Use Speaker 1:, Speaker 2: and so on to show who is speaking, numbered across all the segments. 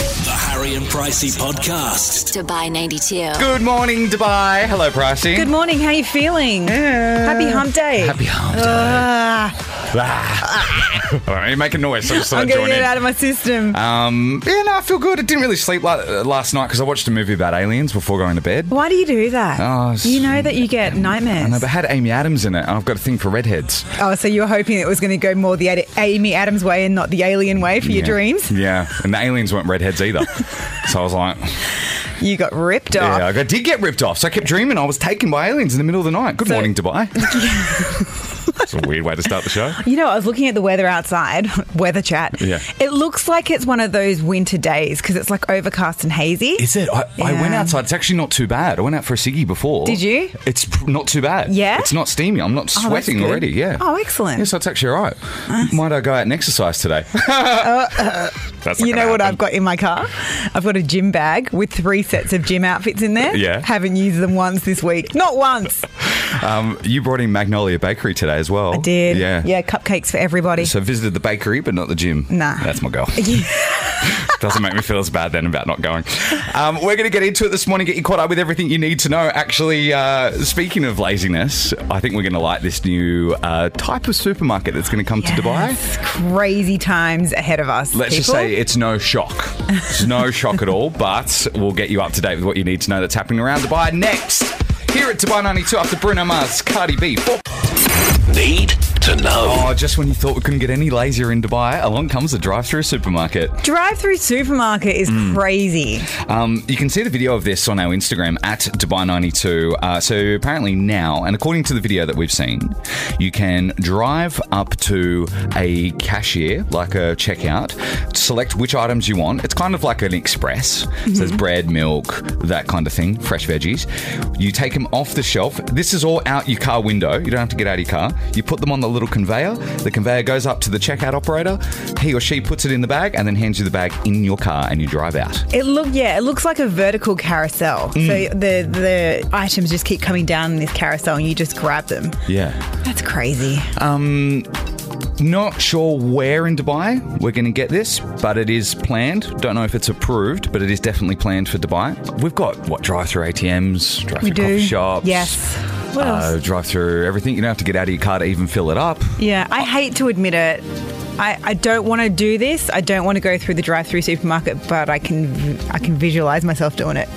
Speaker 1: Murray and Pricey podcast.
Speaker 2: Dubai 92.
Speaker 3: Good morning, Dubai. Hello, Pricey.
Speaker 4: Good morning. How are you feeling? Happy hump day.
Speaker 3: Happy hump
Speaker 4: Uh,
Speaker 3: day. Ah. All right, you make a noise. So I just thought
Speaker 4: I'm
Speaker 3: I'd
Speaker 4: going
Speaker 3: join
Speaker 4: to get
Speaker 3: in.
Speaker 4: it out of my system.
Speaker 3: um, yeah, no, I feel good. I didn't really sleep la- uh, last night because I watched a movie about aliens before going to bed.
Speaker 4: Why do you do that?
Speaker 3: Oh, it's-
Speaker 4: you know that you get
Speaker 3: I know,
Speaker 4: nightmares.
Speaker 3: but it had Amy Adams in it, and I've got a thing for redheads.
Speaker 4: oh, so you were hoping it was going to go more the Ad- Amy Adams way and not the alien way for your
Speaker 3: Yeah.
Speaker 4: dreams?
Speaker 3: Yeah, and the aliens weren't redheads either. so I was like,
Speaker 4: You got ripped off.
Speaker 3: yeah, I got- did get ripped off. So I kept dreaming I was taken by aliens in the middle of the night. Good
Speaker 4: So-
Speaker 3: morning, Dubai. It's a weird way to start the show.
Speaker 4: You know, I was looking at the weather outside, weather chat.
Speaker 3: Yeah.
Speaker 4: It looks like it's one of those winter days because it's like overcast and hazy.
Speaker 3: Is it? I, I went
Speaker 4: Yeah.
Speaker 3: outside. It's actually not too bad. I went out for a ciggy before.
Speaker 4: Did you?
Speaker 3: It's pr- not too bad.
Speaker 4: Yeah?
Speaker 3: It's not steamy. I'm not
Speaker 4: Oh, that's
Speaker 3: sweating
Speaker 4: good.
Speaker 3: already. Yeah.
Speaker 4: Oh, excellent. Uh,
Speaker 3: Yes, that's actually all right. Might I go out and exercise today? that's not
Speaker 4: You know
Speaker 3: gonna happen.
Speaker 4: what I've got in my car? I've got a gym bag with three sets of gym outfits in there.
Speaker 3: Yeah.
Speaker 4: Haven't used them once this week. Not once.
Speaker 3: Um, you brought in Magnolia Bakery today as well.
Speaker 4: I did.
Speaker 3: Yeah.
Speaker 4: Yeah, cupcakes for everybody.
Speaker 3: So visited the bakery, but not the gym.
Speaker 4: Nah.
Speaker 3: That's my goal. Doesn't make me feel as bad then about not going. Um, we're going to get into it this morning, get you caught up with everything you need to know. Actually, uh, speaking of laziness, I think we're going to like this new uh, type of supermarket that's going to come to Dubai.
Speaker 4: Yes, Crazy times ahead of us.
Speaker 3: Let's just
Speaker 4: people.
Speaker 3: say it's no shock. It's no shock at all, but we'll get you up to date with what you need to know that's happening around Dubai next. Here at Dubai 92 after Bruno Mars, Cardi B. Four-
Speaker 1: Need to know.
Speaker 3: Oh, just when you thought we couldn't get any lazier in Dubai, along comes the drive-through supermarket.
Speaker 4: Drive-through supermarket is
Speaker 3: Mm.
Speaker 4: crazy.
Speaker 3: Um, you can see the video of this on our Instagram at Dubai92. Uh, so apparently now, and according to the video that we've seen, you can drive up to a cashier, like a checkout, select which items you want. It's kind of like an express. So there's bread, milk, that kind of thing, fresh veggies. You take them off the shelf. This is all out your car window. You don't have to get out of your car. You put them on the little conveyor. The conveyor goes up to the checkout operator. He or she puts it in the bag and then hands you the bag in your car and you drive out.
Speaker 4: It look yeah, it looks like a vertical carousel.
Speaker 3: Mm.
Speaker 4: So the the items just keep coming down in this carousel, and you just grab them.
Speaker 3: Yeah.
Speaker 4: That's crazy.
Speaker 3: Not sure where in Dubai we're going to get this, but it is planned. Don't know if it's approved, but it is definitely planned for Dubai. We've got what drive-through ATMs, drive-through
Speaker 4: We do.
Speaker 3: coffee shops,
Speaker 4: Yes. What
Speaker 3: uh,
Speaker 4: else?
Speaker 3: drive-through everything. You don't have to get out of your car to even fill it up.
Speaker 4: Yeah, I hate to admit it. I, I don't want to do this. I don't want to go through the drive-through supermarket, but I can I can visualize myself doing it.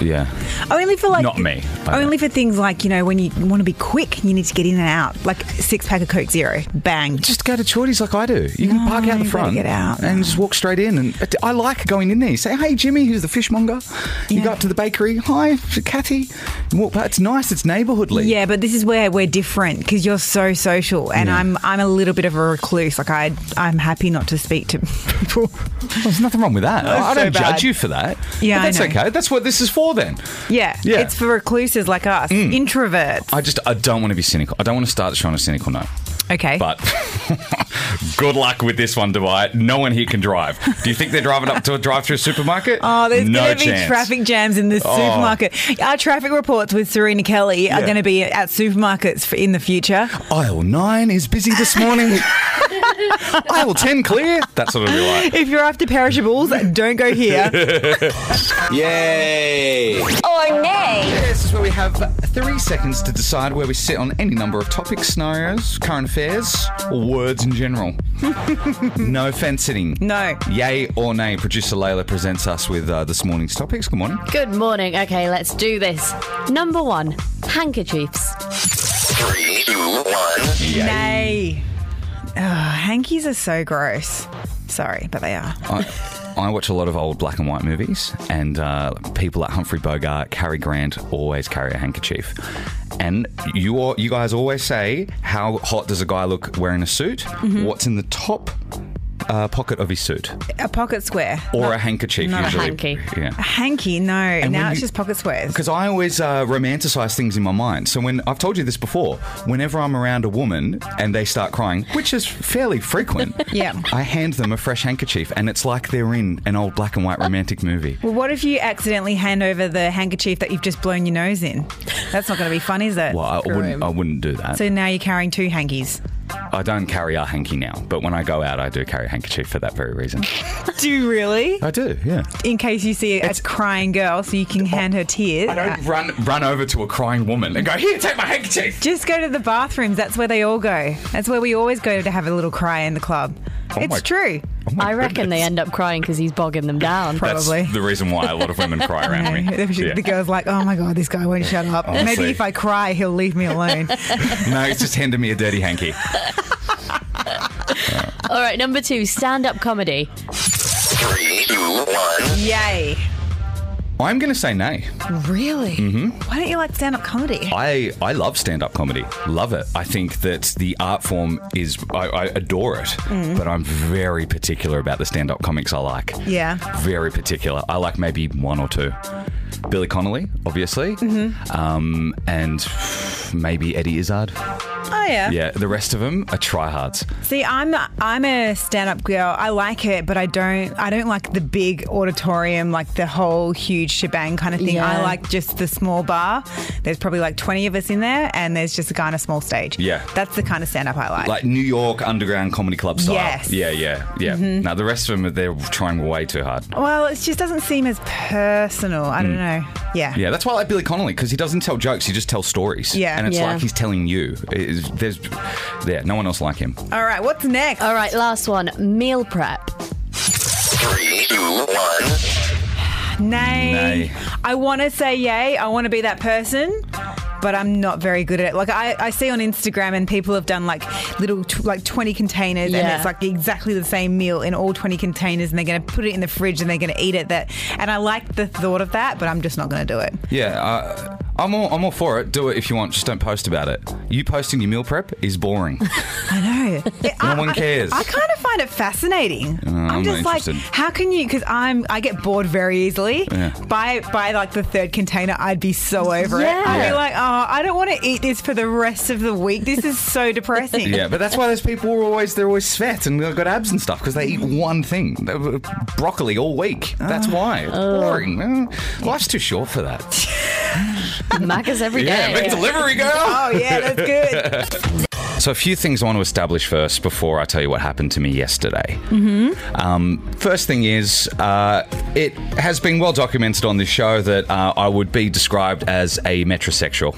Speaker 3: Yeah,
Speaker 4: Only for like
Speaker 3: Not me.
Speaker 4: Only for things like you know when you want to be quick, you need to get in and out. Like six pack of Coke Zero, bang.
Speaker 3: just go to Chorty's like I do. You can
Speaker 4: No,
Speaker 3: park out the
Speaker 4: you gotta
Speaker 3: front
Speaker 4: get out.
Speaker 3: and just walk straight in. And I like going in there. You say, "Hey, Jimmy, who's the fishmonger?" You
Speaker 4: Yeah.
Speaker 3: go up to the bakery. Hi, Kathy. You walk. past. It's nice. It's neighbourhoodly.
Speaker 4: Yeah, but this is where we're different because you're so social, and
Speaker 3: Yeah.
Speaker 4: I'm I'm a little bit of a recluse. Like I I'm happy not to speak to people.
Speaker 3: Well, there's nothing wrong with that.
Speaker 4: That's
Speaker 3: I I don't
Speaker 4: so
Speaker 3: judge
Speaker 4: bad.
Speaker 3: you for that.
Speaker 4: Yeah,
Speaker 3: but
Speaker 4: I
Speaker 3: that's
Speaker 4: know.
Speaker 3: okay. That's what this is for. Then.
Speaker 4: yeah,
Speaker 3: Yeah. Mm.
Speaker 4: it's for recluses like us, introverts.
Speaker 3: I just I don't want to be cynical. I don't want to start the show on a cynical note.
Speaker 4: Okay,
Speaker 3: But good luck with this one, Dubai. No one here can drive. Do you think they're driving up to a drive-through supermarket?
Speaker 4: Oh, there's
Speaker 3: no
Speaker 4: going to be
Speaker 3: chance. Oh.
Speaker 4: traffic jams in the supermarket. Our traffic reports with Serena Kelly are
Speaker 3: Yeah.
Speaker 4: going to be at supermarkets for in the future.
Speaker 3: Aisle nine is busy this morning. Aisle ten clear. That's what it'll be like.
Speaker 4: If you're after perishables, don't go here.
Speaker 3: Yay!
Speaker 2: Or nay.
Speaker 3: This is where we have three seconds to decide where we sit on any number of topics, scenarios, current affairs, or words in general. no fence sitting.
Speaker 4: No.
Speaker 3: Yay or nay. Producer Layla presents us with uh, this morning's topics. Good morning.
Speaker 5: Good morning. Okay, let's do this. Number one, handkerchiefs.
Speaker 1: Three, two, one.
Speaker 4: Nay. Oh, hankies are so gross. Sorry, but they are.
Speaker 3: I, I watch a lot of old black and white movies, and uh, people like Humphrey Bogart, Cary Grant always carry a handkerchief. And you all, you guys always say, "How hot does a guy look wearing a suit? What's in the top uh, pocket of his suit,
Speaker 4: A pocket square.
Speaker 3: or a handkerchief
Speaker 4: not a
Speaker 3: usually?"
Speaker 5: hanky.
Speaker 4: A
Speaker 3: Yeah.
Speaker 4: hanky, no.
Speaker 3: when
Speaker 4: now it's
Speaker 3: you-
Speaker 4: just pocket squares.
Speaker 3: Because I always uh, romanticize things in my mind. So when I've told you this before, whenever I'm around a woman and they start crying, which is fairly frequent,
Speaker 4: Yeah.
Speaker 3: I hand them a fresh handkerchief, and it's like they're in an old black and white romantic movie.
Speaker 4: Well, what if you accidentally hand over the handkerchief that you've just blown your nose in? That's not going to be fun, is it?
Speaker 3: Well, I wouldn't, I wouldn't do that.
Speaker 4: So now you're carrying two hankies.
Speaker 3: I don't carry a hanky now, but when I go out, I do carry a handkerchief for that very reason.
Speaker 4: Do you really?
Speaker 3: I do, yeah.
Speaker 4: In case you see a
Speaker 3: It's- Oh,
Speaker 4: crying girl, so you can hand her tears. Uh,
Speaker 3: I don't run run over to a crying woman and go, "Here, take my handkerchief."
Speaker 4: Just go to the bathrooms. That's where they all go. That's where we always go to have a little cry in the club.
Speaker 3: Oh
Speaker 4: it's
Speaker 3: my-
Speaker 4: true.
Speaker 5: I reckon they end up crying because he's bogging them down.
Speaker 4: Probably.
Speaker 3: That's the reason why a lot of women cry around me. Yeah.
Speaker 4: The girl's like, oh my God, this guy won't shut up.
Speaker 3: Honestly.
Speaker 4: Maybe if I cry, he'll leave me alone.
Speaker 3: No, it's just handed me a dirty hanky.
Speaker 5: All right, number two, stand up comedy.
Speaker 1: Three, two, one.
Speaker 4: Yay.
Speaker 3: I'm going to say nay.
Speaker 4: Really?
Speaker 3: Mm-hmm.
Speaker 4: Why don't you like stand up comedy?
Speaker 3: I, I love stand up comedy. Love it. I think that the art form is, I, I adore it,
Speaker 4: Mm.
Speaker 3: but I'm very particular about the stand up comics I like.
Speaker 4: Yeah.
Speaker 3: Very particular. I like maybe one or two. Billy Connolly, obviously,
Speaker 4: Mm-hmm.
Speaker 3: um, and maybe Eddie Izzard.
Speaker 4: Oh,
Speaker 3: Yeah, the rest of them are tryhards.
Speaker 4: See, I'm I'm a stand-up girl. I like it, but I don't I don't like the big auditorium, like the whole huge shebang kind of thing.
Speaker 5: Yeah.
Speaker 4: I like just the small bar. There's probably like 20 of us in there, and there's just a guy on a small stage.
Speaker 3: Yeah.
Speaker 4: that's the kind of stand-up I like.
Speaker 3: Like New York underground comedy club style.
Speaker 4: Yes. Mm-hmm.
Speaker 3: Yeah, yeah, yeah. Now the rest of them, they're trying way too hard.
Speaker 4: well, it just doesn't seem as personal. I don't know. Yeah.
Speaker 3: Mm. Yeah, that's why I like Billy Connolly because he doesn't tell jokes; he just tells stories.
Speaker 4: Yeah.
Speaker 3: and it's
Speaker 5: Yeah.
Speaker 3: like he's telling you. It is- there's, yeah, no one else like him.
Speaker 4: All right, what's next?
Speaker 5: All right, last one, meal prep.
Speaker 1: Three, two, one.
Speaker 4: Nay.
Speaker 3: Nay.
Speaker 4: I want to say yay. I want to be that person. But I'm not very good at it. Like I, I see on Instagram, and people have done like little, t- like 20 containers, and
Speaker 5: Yeah.
Speaker 4: it's like exactly the same meal in all 20 containers, and they're going to put it in the fridge and they're going to eat it. That, and I like the thought of that, but I'm just not going to do it.
Speaker 3: Yeah, uh, I'm all I'm all for it. Do it if you want. Just don't post about it. You posting your meal prep is boring.
Speaker 4: No,
Speaker 3: No one cares.
Speaker 4: I, kind of find it fascinating. I'm,
Speaker 3: I'm not
Speaker 4: just like,
Speaker 3: interested.
Speaker 4: how can you? Because I'm, I get bored very easily.
Speaker 3: Yeah.
Speaker 4: By by, like the third container, I'd be so over
Speaker 5: Yeah.
Speaker 4: it. I'd
Speaker 3: Yeah.
Speaker 4: be like, oh, I don't want to eat this for the rest of the week. This is so depressing.
Speaker 3: yeah, but that's why those people are always they're always fat and they've got abs and stuff because they eat one thing, They were broccoli all week. That's why it's boring. Uh, Life's too short for that.
Speaker 5: Macca's every
Speaker 3: Yeah,
Speaker 5: day.
Speaker 3: make delivery girl.
Speaker 4: Oh yeah, that's good.
Speaker 3: So, a few things I want to establish first before I tell you what happened to me yesterday. Mm-hmm. Um, first thing is, uh, it has been well documented on this show that uh, I would be described as a metrosexual.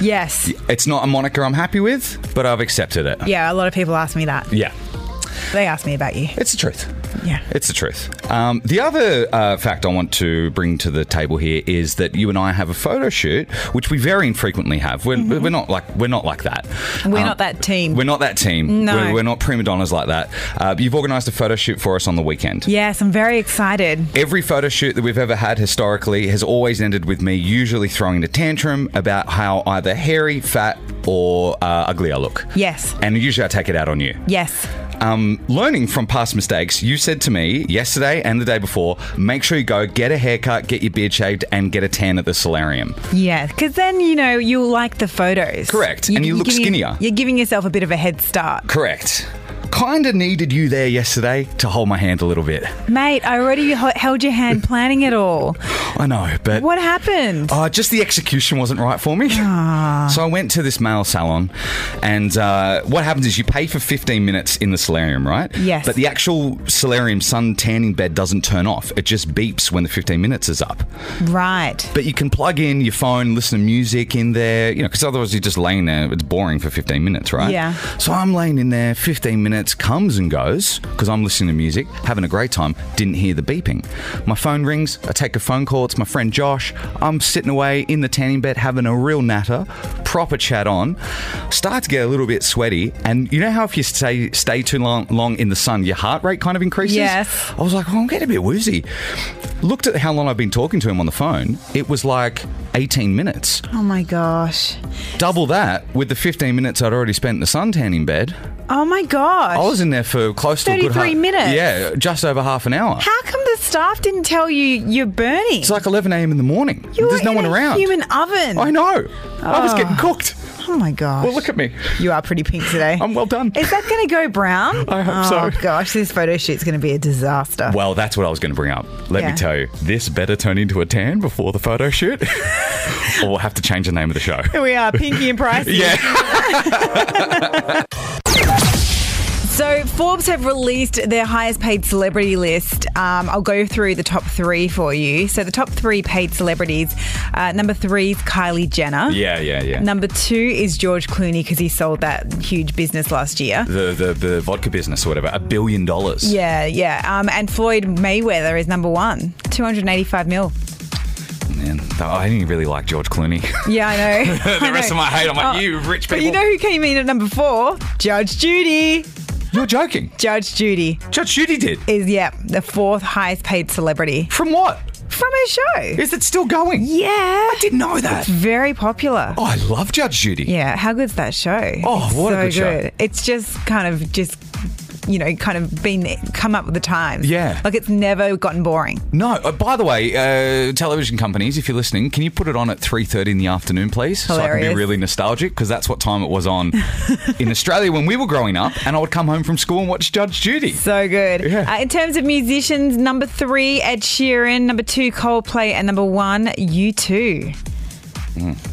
Speaker 4: yes.
Speaker 3: It's not a moniker I'm happy with, but I've accepted it.
Speaker 4: Yeah, a lot of people ask me that.
Speaker 3: Yeah.
Speaker 4: They ask me about you.
Speaker 3: It's the truth.
Speaker 4: Yeah.
Speaker 3: It's the truth. Um, the other uh, fact I want to bring to the table here is that you and I have a photo shoot, which we very infrequently have. We're, we're not like we're not like that.
Speaker 4: Mm-hmm.
Speaker 3: Um,
Speaker 4: We're not that team.
Speaker 3: We're not that team.
Speaker 4: No.
Speaker 3: We're, we're not prima donnas like that. Uh, you've organised a photo shoot for us on the weekend.
Speaker 4: Yes, I'm very excited.
Speaker 3: Every photo shoot that we've ever had historically has always ended with me usually throwing a tantrum about how either hairy, fat, or uh, ugly I look.
Speaker 4: Yes.
Speaker 3: And usually I take it out on you.
Speaker 4: Yes.
Speaker 3: Um, learning from past mistakes, you said to me yesterday and the day before, make sure you go get a haircut, get your beard shaved, and get a tan at the solarium.
Speaker 4: Yeah, because then you know you'll like the photos.
Speaker 3: Correct, and you
Speaker 4: you're
Speaker 3: look
Speaker 4: giving-
Speaker 3: skinnier.
Speaker 4: You're giving yourself a bit of a head start,
Speaker 3: Correct. Kinda needed you there yesterday to hold my hand a little bit.
Speaker 4: mate. I already h- held your hand planning it all.
Speaker 3: I know, but
Speaker 4: What happened?
Speaker 3: Uh, just the execution wasn't right for me.
Speaker 4: Ah.
Speaker 3: So I went to this male salon, and uh, what happens is you pay for 15 minutes in the solarium, right?
Speaker 4: Yes.
Speaker 3: But the actual solarium sun tanning bed doesn't turn off, it just beeps when the 15 minutes is up.
Speaker 4: Right.
Speaker 3: But you can plug in your phone, listen to music in there, you know, because otherwise you're just laying there. It's boring for 15 minutes, right?
Speaker 4: Yeah.
Speaker 3: So I'm laying in there, 15 minutes comes and goes because I'm listening to music, having a great time, didn't hear the beeping. My phone rings, I take a phone call, it's my friend Josh. I'm sitting away in the tanning bed having a real natter, proper chat on. Start to get a little bit sweaty, and you know how if you stay stay too long, long in the sun, your heart rate kind of increases?
Speaker 4: Yes.
Speaker 3: I was like, oh, I'm getting a bit woozy. Looked at how long I've been talking to him on the phone. It was like 18 minutes.
Speaker 4: Oh my gosh.
Speaker 3: Double that with the 15 minutes I'd already spent in the suntan in bed.
Speaker 4: Oh my gosh.
Speaker 3: I was in there for close to a good
Speaker 4: 33
Speaker 3: half-
Speaker 4: minutes.
Speaker 3: Yeah, just over half an hour.
Speaker 4: How come the staff didn't tell you you're burning?
Speaker 3: It's like 11 a.m. in the morning.
Speaker 4: you
Speaker 3: There's
Speaker 4: were
Speaker 3: no
Speaker 4: in
Speaker 3: one
Speaker 4: a
Speaker 3: around.
Speaker 4: Human oven.
Speaker 3: I know. I was
Speaker 4: Oh.
Speaker 3: getting cooked.
Speaker 4: Oh my gosh.
Speaker 3: Well, look at me.
Speaker 4: You are pretty pink today.
Speaker 3: I'm well done.
Speaker 4: Is that going to go brown?
Speaker 3: I hope
Speaker 4: oh,
Speaker 3: so.
Speaker 4: gosh, this photo shoot's going to be a disaster.
Speaker 3: Well, that's what I was going to bring up. Let
Speaker 4: Yeah.
Speaker 3: me tell you, this better turn into a tan before the photo shoot, or we'll have to change the name of the show.
Speaker 4: Here we are, Pinky and Pricey.
Speaker 3: Yeah.
Speaker 4: So Forbes have released their highest paid celebrity list. Um, I'll go through the top three for you. So the top three paid celebrities. Uh, number three is Kylie Jenner.
Speaker 3: Yeah, yeah, yeah.
Speaker 4: Number two is George Clooney because he sold that huge business last year.
Speaker 3: the, the the vodka business or whatever, a billion dollars.
Speaker 4: Yeah, yeah. Um, and Floyd Mayweather is number one, 285 mil.
Speaker 3: Man, th- I didn't really like George Clooney.
Speaker 4: Yeah, I know.
Speaker 3: the
Speaker 4: I
Speaker 3: rest of
Speaker 4: know.
Speaker 3: my hate, I'm like,
Speaker 4: Oh,
Speaker 3: you rich people.
Speaker 4: But you know who came in at number four? Judge Judy.
Speaker 3: You're joking.
Speaker 4: Judge Judy
Speaker 3: Judge Judy did.
Speaker 4: is, yeah, the fourth highest paid celebrity
Speaker 3: From what?
Speaker 4: from her show.
Speaker 3: Is it still going?
Speaker 4: Yeah. I
Speaker 3: Didn't know that.
Speaker 4: Very popular.
Speaker 3: Oh, I love Judge Judy.
Speaker 4: Yeah, how good's that show?
Speaker 3: Oh,
Speaker 4: It's
Speaker 3: what a
Speaker 4: so
Speaker 3: good show.
Speaker 4: It's just kind of just you know, kind of been come up with the times.
Speaker 3: Yeah.
Speaker 4: Like it's never gotten boring.
Speaker 3: No. Uh, by the way, uh, television companies, if you're listening, can you put it on at 3:30 in the afternoon, please, so I can be
Speaker 4: Hilarious.
Speaker 3: really nostalgic because that's what time it was on in Australia when we were growing up, and I would come home from school and watch Judge Judy.
Speaker 4: So good.
Speaker 3: Yeah.
Speaker 4: Uh, in terms of musicians, number three, Ed Sheeran, number two, Coldplay, and number one, U2.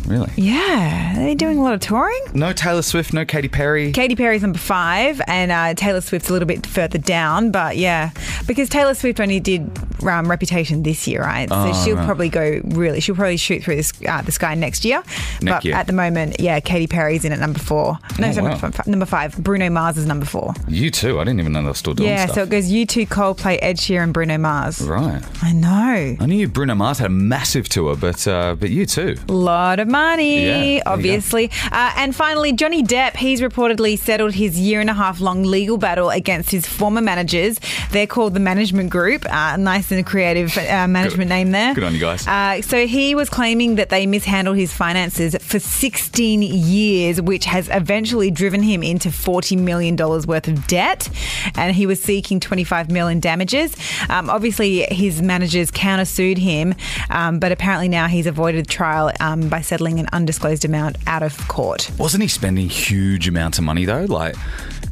Speaker 3: Really?
Speaker 4: Yeah, they're doing a lot of touring.
Speaker 3: No Taylor Swift, no Katy Perry.
Speaker 4: Katy Perry's number five, and uh, Taylor Swift's a little bit further down, but yeah, because Taylor Swift only did um, Reputation this year, right? So
Speaker 3: Oh,
Speaker 4: she'll probably go really, she'll probably shoot through this, uh, the sky next year.
Speaker 3: Next
Speaker 4: but
Speaker 3: year.
Speaker 4: at the moment, yeah, Katy Perry's in at number four. No,
Speaker 3: Oh,
Speaker 4: sorry,
Speaker 3: wow.
Speaker 4: number, five, number five. Bruno Mars is number four.
Speaker 3: You too. I didn't even know they were still doing
Speaker 4: yeah,
Speaker 3: stuff.
Speaker 4: so it goes U2, Coldplay, Ed Sheeran, Bruno Mars.
Speaker 3: right.
Speaker 4: I know.
Speaker 3: I knew Bruno Mars had a massive tour, but uh, but you too.
Speaker 4: lot
Speaker 3: Yeah,
Speaker 4: of
Speaker 3: there
Speaker 4: money,
Speaker 3: you go.
Speaker 4: obviously. Uh, and finally, Johnny Depp, he's reportedly settled his year and a half long legal battle against his former managers. They're called the Management Group. Uh, nice and creative uh, management name there.
Speaker 3: good on you guys.
Speaker 4: Uh, so he was claiming that they mishandled his finances for 16 years, which has eventually driven him into $40 million worth of debt. And he was seeking 25 million in damages. Um, obviously, his managers countersued him, um, but apparently now he's avoided trial um, by settling an undisclosed amount out of court.
Speaker 3: Wasn't he spending huge amounts of money though? Like,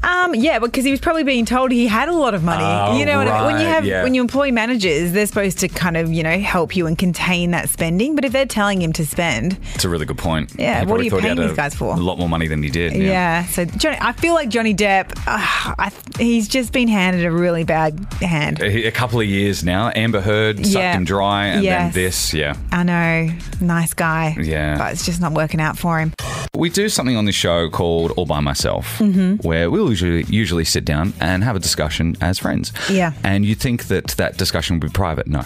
Speaker 4: Um, yeah, because he was probably being told he had a lot of money.
Speaker 3: Oh,
Speaker 4: you know, what I mean? when you
Speaker 3: right,
Speaker 4: have
Speaker 3: yeah.
Speaker 4: when you employ managers, they're supposed to kind of you know help you and contain that spending. But if they're telling him to spend,
Speaker 3: it's a really good point.
Speaker 4: Yeah,
Speaker 3: He
Speaker 4: what are
Speaker 3: probably
Speaker 4: you
Speaker 3: thought he
Speaker 4: paying
Speaker 3: had a
Speaker 4: these guys for?
Speaker 3: A lot more money than he did.
Speaker 4: Yeah. so Johnny, I feel like Johnny Depp. Uh, I, he's just been handed a really bad hand.
Speaker 3: A a couple of years now. Amber Heard sucked
Speaker 4: Yeah.
Speaker 3: him dry, and then
Speaker 4: Yes.
Speaker 3: this. Yeah,
Speaker 4: I know, nice guy.
Speaker 3: Yeah.
Speaker 4: but it's just not working out for him.
Speaker 3: we do something on this show called All by Myself, where we'll usually usually sit down and have a discussion as friends.
Speaker 4: Yeah.
Speaker 3: and you think that that discussion would be private? No,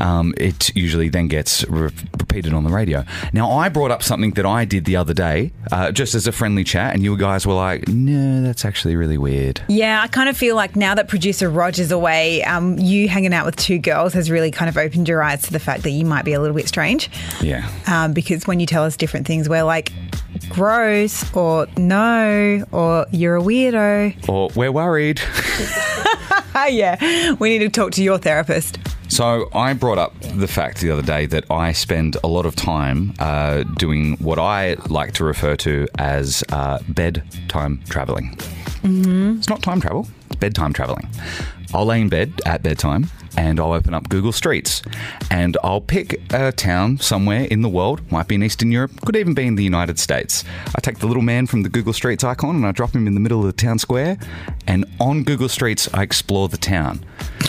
Speaker 3: um, it usually then gets re- repeated on the radio. Now, I brought up something that I did the other day, uh, just as a friendly chat, and you guys were like, "No, that's actually really weird."
Speaker 4: Yeah, I kind of feel like now that producer Roger's away, um, you hanging out with two girls has really kind of opened your eyes to the fact that you might be a little bit strange.
Speaker 3: Yeah.
Speaker 4: Um, because when you tell us different things, we're like, gross, or no, or you're a weirdo.
Speaker 3: Or we're worried.
Speaker 4: Oh, yeah, we need to talk to your therapist.
Speaker 3: So I brought up the fact the other day that I spend a lot of time uh, doing what I like to refer to as uh, bedtime traveling. It's not time travel, it's bedtime traveling. I'll lay in bed at bedtime and I'll open up Google Streets and I'll pick a town somewhere in the world, might be in Eastern Europe, could even be in the United States. I take the little man from the Google Streets icon and I drop him in the middle of the town square and on Google Streets I explore the town.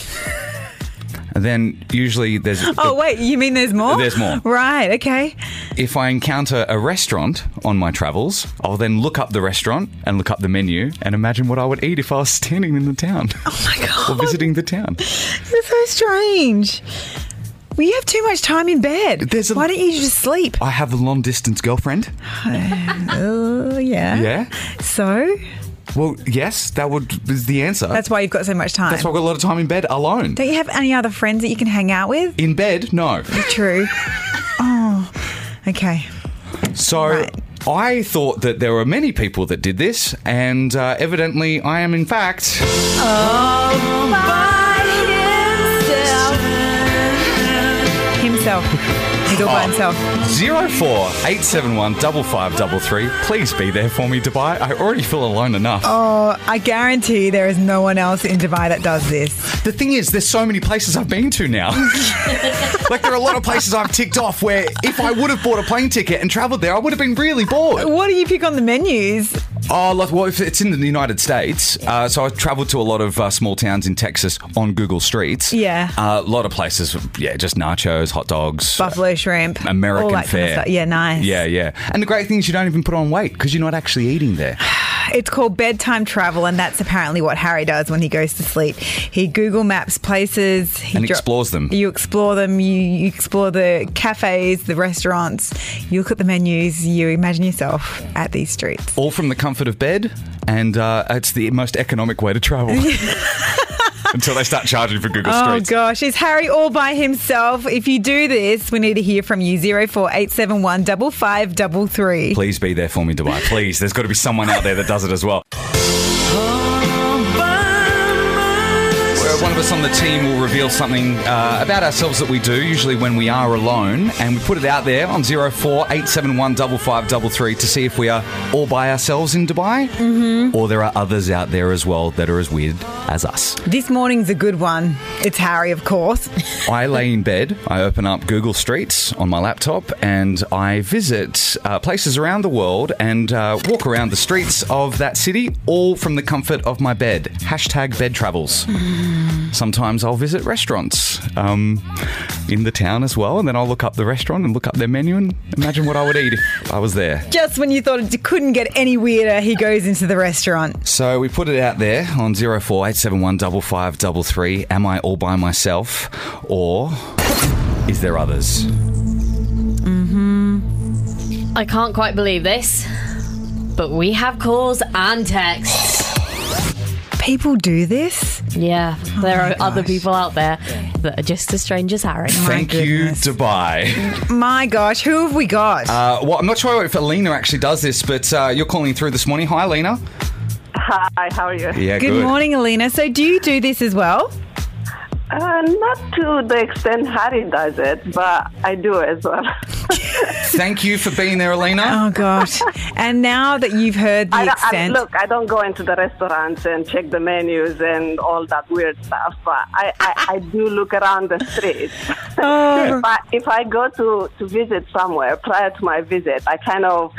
Speaker 3: And then usually there's
Speaker 4: Oh, wait, you mean there's more?
Speaker 3: There's more.
Speaker 4: Right, okay.
Speaker 3: if I encounter a restaurant on my travels, I'll then look up the restaurant and look up the menu and imagine what I would eat if I was standing in the town. Oh my god. or visiting the town.
Speaker 4: You're so strange. Well, you have too much time in bed.
Speaker 3: There's a-
Speaker 4: Why don't you just sleep?
Speaker 3: I have a long distance girlfriend.
Speaker 4: Oh, yeah.
Speaker 3: Yeah.
Speaker 4: So
Speaker 3: Well, yes, that would is the answer.
Speaker 4: that's why you've got so much time.
Speaker 3: That's why I've got a lot of time in bed alone.
Speaker 4: don't you have any other friends that you can hang out with?
Speaker 3: In bed, no.
Speaker 4: True. oh, okay.
Speaker 3: So
Speaker 4: Right.
Speaker 3: I thought that there were many people that did this, and uh, evidently I am in fact.
Speaker 4: Himself. He's all by
Speaker 3: Oh.
Speaker 4: himself.
Speaker 3: 04871 5533. Please be there for me, Dubai. I already feel alone enough.
Speaker 4: Oh, I guarantee there is no one else in Dubai that does this.
Speaker 3: The thing is, there's so many places I've been to now. like, there are a lot of places I've ticked off where if I would have bought a plane ticket and traveled there, I would have been really bored.
Speaker 4: What do you pick on the menus?
Speaker 3: Oh, like, well, if it's in the United States. Uh, so I traveled to a lot of uh, small towns in Texas on Google Streets.
Speaker 4: Yeah.
Speaker 3: Uh, a lot of places. Yeah, just nachos, hot dogs,
Speaker 4: Buffalo shrimp.
Speaker 3: American
Speaker 4: all that
Speaker 3: fare.
Speaker 4: Kind of stuff. Yeah, nice.
Speaker 3: Yeah, yeah. And the great thing is you don't even put on weight because you're not actually eating there.
Speaker 4: It's called bedtime travel, and that's apparently what Harry does when he goes to sleep. He Google maps places he
Speaker 3: And explores them.
Speaker 4: You explore them. You, you explore the cafes, the restaurants. You look at the menus. You imagine yourself at these streets.
Speaker 3: All from the comfort of bed, and uh, it's the most economic way to travel. Until they start charging for Google
Speaker 4: Oh
Speaker 3: Streets.
Speaker 4: gosh, is Harry all by himself? If you do this, we need to hear from you. Zero four eight seven one double five double three.
Speaker 3: Please be there for me, Dubai. Please. There's got to be someone out there that does it as well. Where One of us on the team will reveal something uh, about ourselves that we do, usually when we are alone, and we put it out there on 048715533 to see if we are all by ourselves in Dubai, or there are others out there as well that are as weird as us.
Speaker 4: This morning's a good one. It's Harry, of course.
Speaker 3: I lay in bed, I open up Google Streets on my laptop, and I visit uh, places around the world and uh, walk around the streets of that city, all from the comfort of my bed. Hashtag bed travels. Sometimes I'll visit restaurants um, in the town as well, and then I'll look up the restaurant and look up their menu and imagine what I would eat if I was there.
Speaker 4: Just when you thought it couldn't get any weirder, he goes into the restaurant.
Speaker 3: So we put it out there on 048715533. Am I all by myself, or is there others?
Speaker 5: I can't quite believe this, but we have calls and texts.
Speaker 4: People do this?
Speaker 5: Yeah, there
Speaker 3: Oh
Speaker 5: are other
Speaker 4: gosh.
Speaker 5: people out there that are just as strange as Harry.
Speaker 3: Thank you,
Speaker 4: goodness.
Speaker 3: Dubai.
Speaker 4: My gosh, who have we got?
Speaker 3: Uh, well, I'm not sure if Alina actually does this, but uh, you're calling through this morning. Hi, Alina.
Speaker 6: Hi, how are you?
Speaker 3: Yeah,
Speaker 4: good, morning, Alina. So, do you do this as well?
Speaker 6: Uh, not to the extent Harry does it, but I do as well.
Speaker 3: Thank you for being there, Alina.
Speaker 4: Oh gosh! and now that you've heard the
Speaker 6: I don't, I,
Speaker 4: extent,
Speaker 6: look, I don't go into the restaurants and check the menus and all that weird stuff, but I, I, I do look around the streets.
Speaker 4: Oh.
Speaker 6: but if I go to, to visit somewhere prior to my visit, I kind of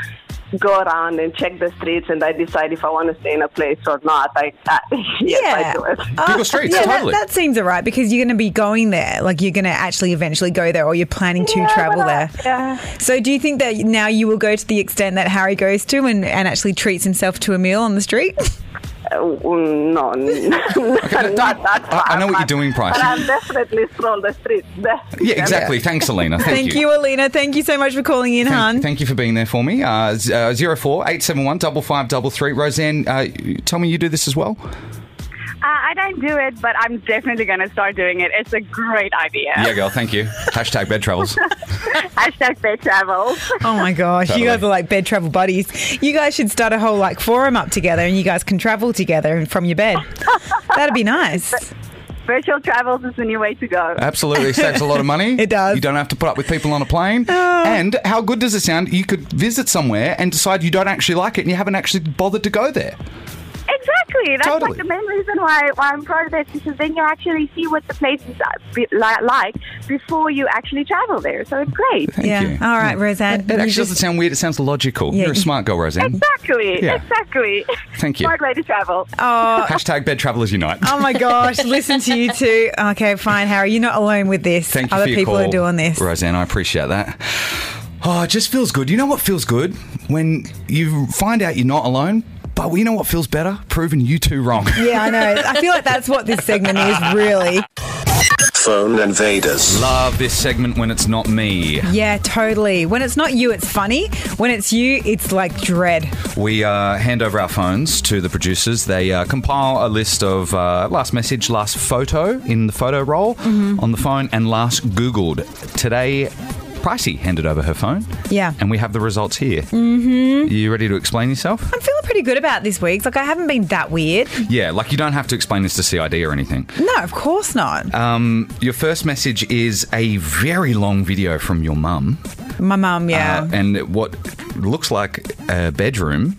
Speaker 6: go around and check the streets and I decide if I want to stay in a place or not. I, I, yes, I
Speaker 4: yeah, Oh,
Speaker 6: do it.
Speaker 3: Google Streets,
Speaker 4: Uh, yeah, that-
Speaker 3: totally.
Speaker 4: That, seems alright because you're going to be going there, like you're going to actually eventually go there, or you're planning to
Speaker 6: Yeah,
Speaker 4: travel
Speaker 6: but I-
Speaker 4: there.
Speaker 6: yeah.
Speaker 4: So, do you think that now you will go to the extent that Harry goes to and, and actually treats himself to a meal on the street?
Speaker 6: Uh, mm, no,
Speaker 3: no,
Speaker 6: not that
Speaker 3: I- I
Speaker 6: far.
Speaker 3: know what
Speaker 6: but-
Speaker 3: you're doing, Price.
Speaker 6: But I'll definitely stroll the streets. definitely.
Speaker 3: Yeah, exactly. Thanks, Alina. Thank,
Speaker 4: Thank you, Alina. Thank you so much for calling in, hon.
Speaker 3: Thank, thank you for being there for me. Uh, z- uh, 04871 5533. Roseanne, uh, you- tell me you do this as well.
Speaker 7: Uh, I don't do it, but I'm definitely going to start doing it. It's a great idea.
Speaker 3: Yeah, girl. Thank you. Hashtag bed travels.
Speaker 7: Hashtag fair travel.
Speaker 4: Oh my gosh,
Speaker 3: Totally.
Speaker 4: you guys are like bed travel buddies. You guys should start a whole like forum up together and you guys can travel together and from your bed. That'd be nice.
Speaker 7: Virtual travels is the new way to go.
Speaker 3: Uh, Absolutely. Saves a lot of money.
Speaker 4: It does. Oh.
Speaker 3: You don't have to put up with people on a plane. And how good does it sound? You could visit somewhere and decide you don't actually like it and you haven't actually bothered to go there.
Speaker 7: Exactly. That's
Speaker 3: Totally.
Speaker 7: like the main reason why, why I'm proud of it, because then you actually see what the place is uh, be- li- like before you actually travel there. So it's great.
Speaker 3: Thank
Speaker 4: yeah. Oh,
Speaker 3: you.
Speaker 4: All right, Roseanne.
Speaker 3: It
Speaker 4: you
Speaker 3: actually doesn't
Speaker 4: just-
Speaker 3: sound weird. It sounds logical.
Speaker 4: Yeah,
Speaker 3: You're a
Speaker 4: you-
Speaker 3: smart girl, Roseanne.
Speaker 7: Exactly.
Speaker 3: Yeah.
Speaker 7: Exactly.
Speaker 3: Thank you.
Speaker 7: Smart way to travel.
Speaker 3: Hashtag bed travelers unite.
Speaker 4: Oh my gosh, listen to you two. Okay, fine, Harry. You're not alone with this.
Speaker 3: Thank you
Speaker 4: Other
Speaker 3: for your
Speaker 4: people
Speaker 3: call,
Speaker 4: are doing this.
Speaker 3: Roseanne. I appreciate that. Oh, it just feels good. You know what feels good when you find out you're not alone. But you know what feels better? Proving you two wrong.
Speaker 4: Yeah, I know. I feel like that's what this segment is really.
Speaker 1: Phone invaders.
Speaker 3: Love this segment when it's not me.
Speaker 4: Yeah, totally. When it's not you, it's funny. When it's you, it's like dread.
Speaker 3: We uh, hand over our phones to the producers. They uh, compile a list of uh, last message, last photo in the photo roll
Speaker 4: Mm-hmm.
Speaker 3: on the phone, and last Googled. Today, Pricey handed over her phone.
Speaker 4: Yeah.
Speaker 3: And we have the results here. Mm-hmm. You ready to explain yourself?
Speaker 4: I'm feeling pretty good about this week. Like I haven't been that weird.
Speaker 3: Yeah, like you don't have to explain this to CID or anything.
Speaker 4: No, of course not.
Speaker 3: Your first message is a very long video from your mum.
Speaker 4: My mum, yeah.
Speaker 3: Uh, and what looks like a bedroom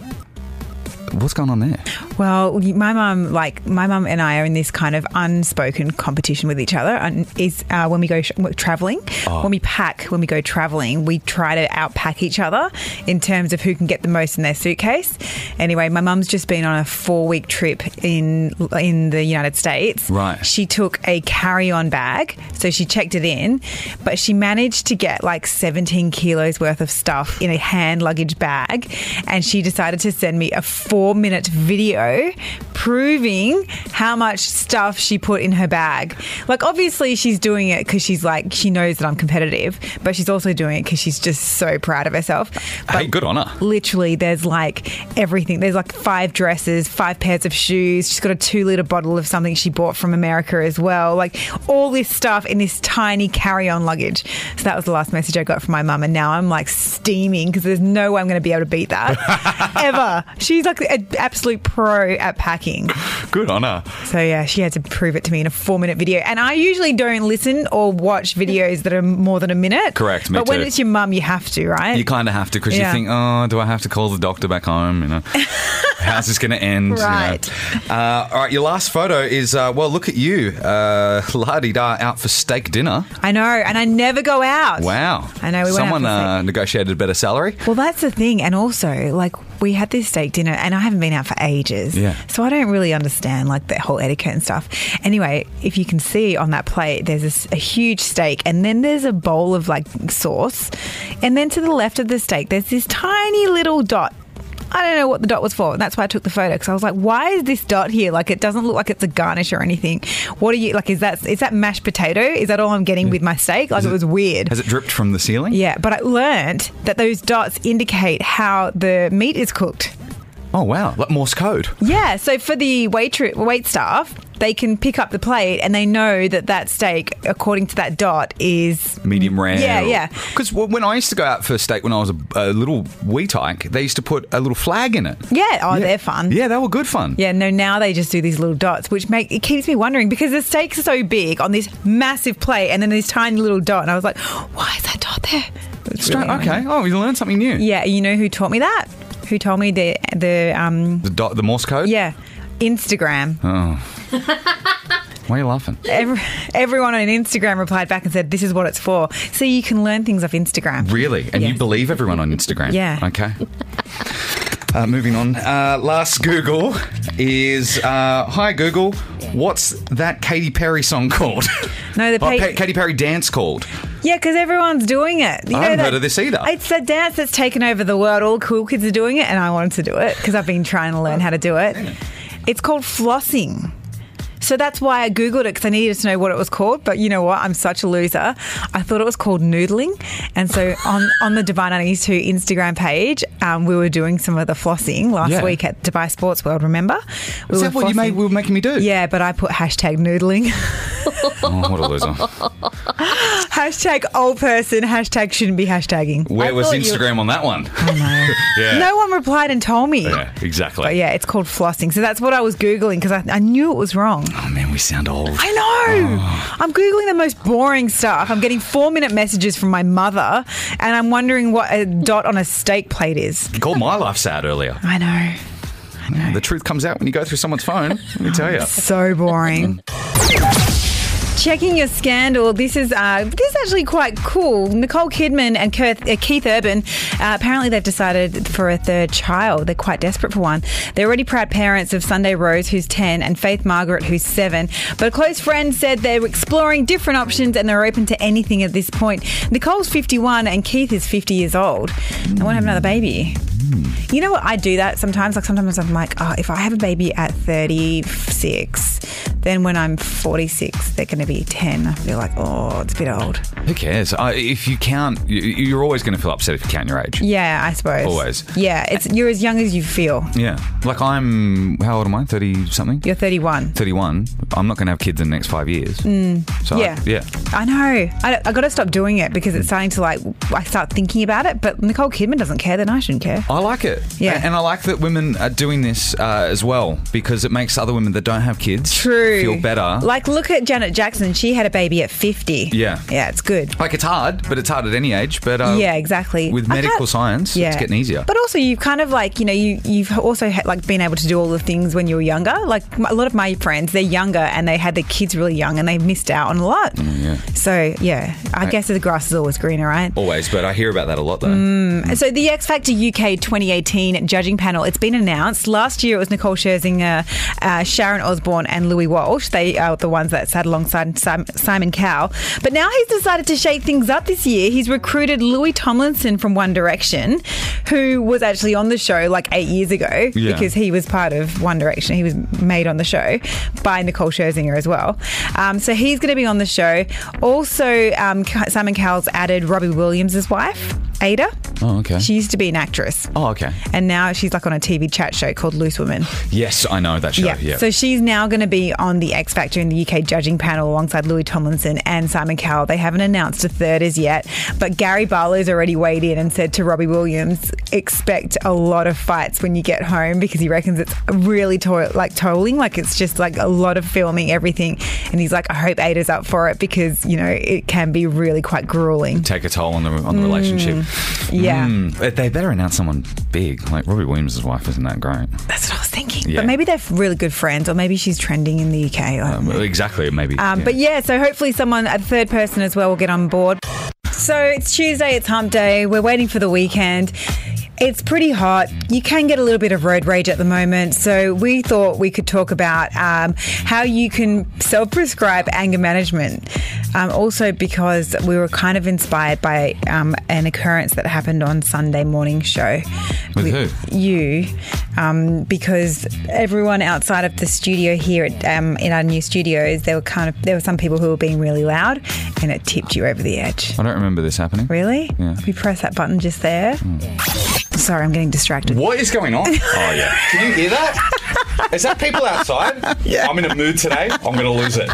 Speaker 3: What's going on there?
Speaker 4: Well, my mum, like my mum and I, are in this kind of unspoken competition with each other. And is uh, when we go sh- traveling, when we pack, when we go traveling, we try to outpack each other in terms of who can get the most in their suitcase. Anyway, my mum's just been on a four-week trip in in the United States.
Speaker 3: Right.
Speaker 4: She took a carry-on bag, so she checked it in, but she managed to get like 17 kilos worth of stuff in a hand luggage bag, and she decided to send me a four-minute video proving how much stuff she put in her bag. Like, obviously, she's doing it because she's like she knows that I'm competitive, but she's also doing it because she's just so proud of herself. But
Speaker 3: hey, good on her.
Speaker 4: literally there's like everything there's like five dresses five pairs of shoes she's got a two litre bottle of something she bought from america as well like all this stuff in this tiny carry-on luggage so that was the last message i got from my mum and now i'm like steaming because there's no way i'm going to be able to beat that ever she's like an absolute pro at packing
Speaker 3: Good on her.
Speaker 4: so yeah she had to prove it to me in a four minute video and i usually don't listen or watch videos that are more than a minute
Speaker 3: Correct, me
Speaker 4: but when
Speaker 3: too.
Speaker 4: it's your mum you have to right
Speaker 3: You kind of have to because you
Speaker 4: Yeah.
Speaker 3: think, oh, do I have to call the doctor back home? You know, how's this going to end? You know?
Speaker 4: Right.
Speaker 3: Uh, all right. Your last photo is uh, well. Look at you, uh, la di da, out for steak dinner.
Speaker 4: I know, and I never go out.
Speaker 3: Wow.
Speaker 4: I know, we went out
Speaker 3: Someone
Speaker 4: for
Speaker 3: uh, negotiated a better salary.
Speaker 4: Well, that's the thing, and also like we had this steak dinner, and I haven't been out for ages.
Speaker 3: Yeah.
Speaker 4: So I don't really understand like the whole etiquette and stuff. Anyway, if you can see on that plate, there's this, a huge steak, and then there's a bowl of like sauce, and then to the left of the steak, there's this tiny little dot. I don't know what the dot was for. And that's why I took the photo because I was like, "Why is this dot here? Like, it doesn't look like it's a garnish or anything. What are you like? Is that is that mashed potato? Is that all I'm getting with my steak? Like, it was weird.
Speaker 3: Has it dripped from the ceiling?
Speaker 4: Yeah, but I learned that those dots indicate how the meat is cooked.
Speaker 3: Oh wow, like Morse code.
Speaker 4: Yeah, so for the wait wait staff, they can pick up the plate and they know that that steak, according to that dot, is
Speaker 3: medium rare.
Speaker 4: Yeah, yeah.
Speaker 3: Because when I used to go out for steak when I was a, a little wee tyke, they used to put a little flag in it.
Speaker 4: yeah. Oh, they're fun.
Speaker 3: Yeah, they were good fun.
Speaker 4: Yeah, no, now they just do these little dots, which make it keeps me wondering because the steaks are so big on this massive plate and then this tiny little dot. And I was like, why is that dot there? It's
Speaker 3: Stra-
Speaker 4: really annoying.
Speaker 3: okay. Oh, we learned something new.
Speaker 4: Yeah, you know who taught me that? Who told me the the um
Speaker 3: The dot, the Morse code.
Speaker 4: yeah, Instagram.
Speaker 3: Why are you laughing?
Speaker 4: Every, everyone on Instagram replied back and said, "This is what it's for." So you can learn things off Instagram.
Speaker 3: Really? And you
Speaker 4: Yeah.
Speaker 3: believe everyone on Instagram?
Speaker 4: Yeah.
Speaker 3: Okay. Uh, moving on. Uh, last Google is uh, Hi Google. What's that Katy Perry song called?
Speaker 4: No, the
Speaker 3: Oh,
Speaker 4: pa-
Speaker 3: Pa- Katy Perry dance called.
Speaker 4: yeah, because everyone's doing it. You
Speaker 3: I
Speaker 4: know
Speaker 3: haven't
Speaker 4: that-
Speaker 3: heard of this either.
Speaker 4: It's a dance that's taken over the world. All cool kids are doing it, and I wanted to do it because I've been trying to learn how to do it. It's called flossing. So that's why I googled it because I needed to know what it was called. But you know what? I'm such a loser. I thought it was called noodling, and so on on the Divine 92 Instagram page, um, we were doing some of the flossing last
Speaker 3: Yeah.
Speaker 4: week at Dubai Sports World. Remember? We
Speaker 3: Is
Speaker 4: were
Speaker 3: that what you
Speaker 4: flossing.
Speaker 3: made, were making me do?
Speaker 4: Yeah, but I put hashtag noodling,
Speaker 3: Oh, what a loser.
Speaker 4: hashtag old person, hashtag shouldn't be hashtagging.
Speaker 3: Where was
Speaker 5: thought you-
Speaker 3: Instagram on that one? yeah.
Speaker 4: No one replied and told me.
Speaker 3: Yeah, exactly.
Speaker 4: But yeah, it's called flossing. So that's what I was Googling because I, I knew it was wrong.
Speaker 3: Oh man, we sound old.
Speaker 4: I know. I'm Googling the most boring stuff. I'm getting four minute messages from my mother and I'm wondering what a dot on a steak plate is.
Speaker 3: You called my life sad earlier.
Speaker 4: I know.
Speaker 3: The truth comes out when you go through someone's phone. Let me tell you.
Speaker 4: So boring. Checking your scandal. This is uh, this is actually quite cool. Nicole Kidman and Keith, uh, Keith Urban. Uh, apparently, they've decided for a third child. They're quite desperate for one. They're already proud parents of Sunday Rose, who's ten, and Faith Margaret, who's seven. But a close friend said they're exploring different options and they're open to anything at this point. Nicole's fifty-one and Keith is fifty years old. They want to have another baby. You know what? I do that sometimes. Like sometimes I'm like, oh, if I have a baby at 36, then when I'm 46, they're going to be 10. I'll be like, oh, it's a bit old.
Speaker 3: Who cares? I, if you count, you, you're always going to feel upset if you count your age.
Speaker 4: Yeah, I suppose.
Speaker 3: Always.
Speaker 4: Yeah, it's you're as young as you feel.
Speaker 3: Yeah. Like I'm, how old am I? 30 something?
Speaker 4: You're 31.
Speaker 3: 31. I'm not going to have kids in the next five years. Mm. So I-
Speaker 4: Yeah.
Speaker 3: yeah.
Speaker 4: I know. I, I got to stop doing it because it's starting to like, I start thinking about it. But Nicole Kidman doesn't care, then I shouldn't care.
Speaker 3: I like it.
Speaker 4: Yeah.
Speaker 3: And, and I like that women are doing this uh, as well because it makes other women that don't have kids
Speaker 4: True.
Speaker 3: feel better.
Speaker 4: Like, look at Janet Jackson. She had a baby at 50.
Speaker 3: Yeah.
Speaker 4: Yeah, it's good.
Speaker 3: Like, it's hard, but it's hard at any age. But uh,
Speaker 4: yeah, exactly.
Speaker 3: With
Speaker 4: I can't-
Speaker 3: medical science, it's getting easier.
Speaker 4: But also, you've kind of like you know you you've also had, like been able to do all the things when you were younger. Like m- a lot of my friends, they're younger and they had their kids really young and they missed out on a lot.
Speaker 3: Mm, yeah.
Speaker 4: So yeah, I guess the grass is always greener, right?
Speaker 3: Always, but I hear about that a lot though.
Speaker 4: Mm.
Speaker 3: Mm.
Speaker 4: So the X Factor UK 2018 judging panel, it's been announced. Last year it was Nicole Scherzinger, uh, Sharon Osbourne and Louis Walsh. They are the ones that sat alongside Sim- Simon Cowell. But now he's decided to shake things up this year. He's recruited Louis Tomlinson from One Direction, who was actually on the show like eight years ago
Speaker 3: Yeah.
Speaker 4: because he was part of One Direction. He was made on the show by Nicole Scherzinger as well. Um, so he's going to be on the show. Also, um, Simon Cowell's added Robbie Williams' wife, Ada.
Speaker 3: Oh, okay.
Speaker 4: She used to be an actress.
Speaker 3: oh, okay.
Speaker 4: And now she's like on a TV chat show called Loose Women.
Speaker 3: Yes, I know that show. Yeah.
Speaker 4: So she's now going to be on the X Factor in the UK judging panel alongside Louis Tomlinson and Simon Cowell. They haven't announced a third as yet, but Gary Barlow's already weighed in and said to Robbie Williams, expect a lot of fights when you get home because he reckons it's really to- like tolling. Like it's just like a lot of filming everything. And he's like, I hope Ada's up for it because, you know, it can be really quite grueling.
Speaker 3: Take a toll on the on the relationship.
Speaker 4: Yeah.
Speaker 3: Mm. But They better announce someone big. Like Robbie Williams' wife isn't that great.
Speaker 4: That's what I was thinking.
Speaker 3: Yeah.
Speaker 4: But maybe they're really good friends, or maybe she's trending in the UK. I don't know.
Speaker 3: Well, Um, exactly, maybe.
Speaker 4: Um, But yeah, so hopefully someone, a third person as well, will get on board. So it's Tuesday, it's hump day. We're waiting for the weekend. It's pretty hot. You can get a little bit of road rage at the moment. So we thought we could talk about um, how you can self prescribe anger management. Um, also, because we were kind of inspired by um, an occurrence that happened on Sunday morning show
Speaker 3: With who?
Speaker 4: you um, because everyone outside of the studio here at, um, in our new studios there were kind of there were some people who were being really loud and it tipped you over the edge
Speaker 3: I don't remember this happening.
Speaker 4: really
Speaker 3: Yeah. Mm.
Speaker 4: if you press that button just there sorry i'm getting distracted
Speaker 3: What is going on? oh yeah. Can you hear that? Is that people outside? Yeah. I'm in a mood today. I'm gonna lose it.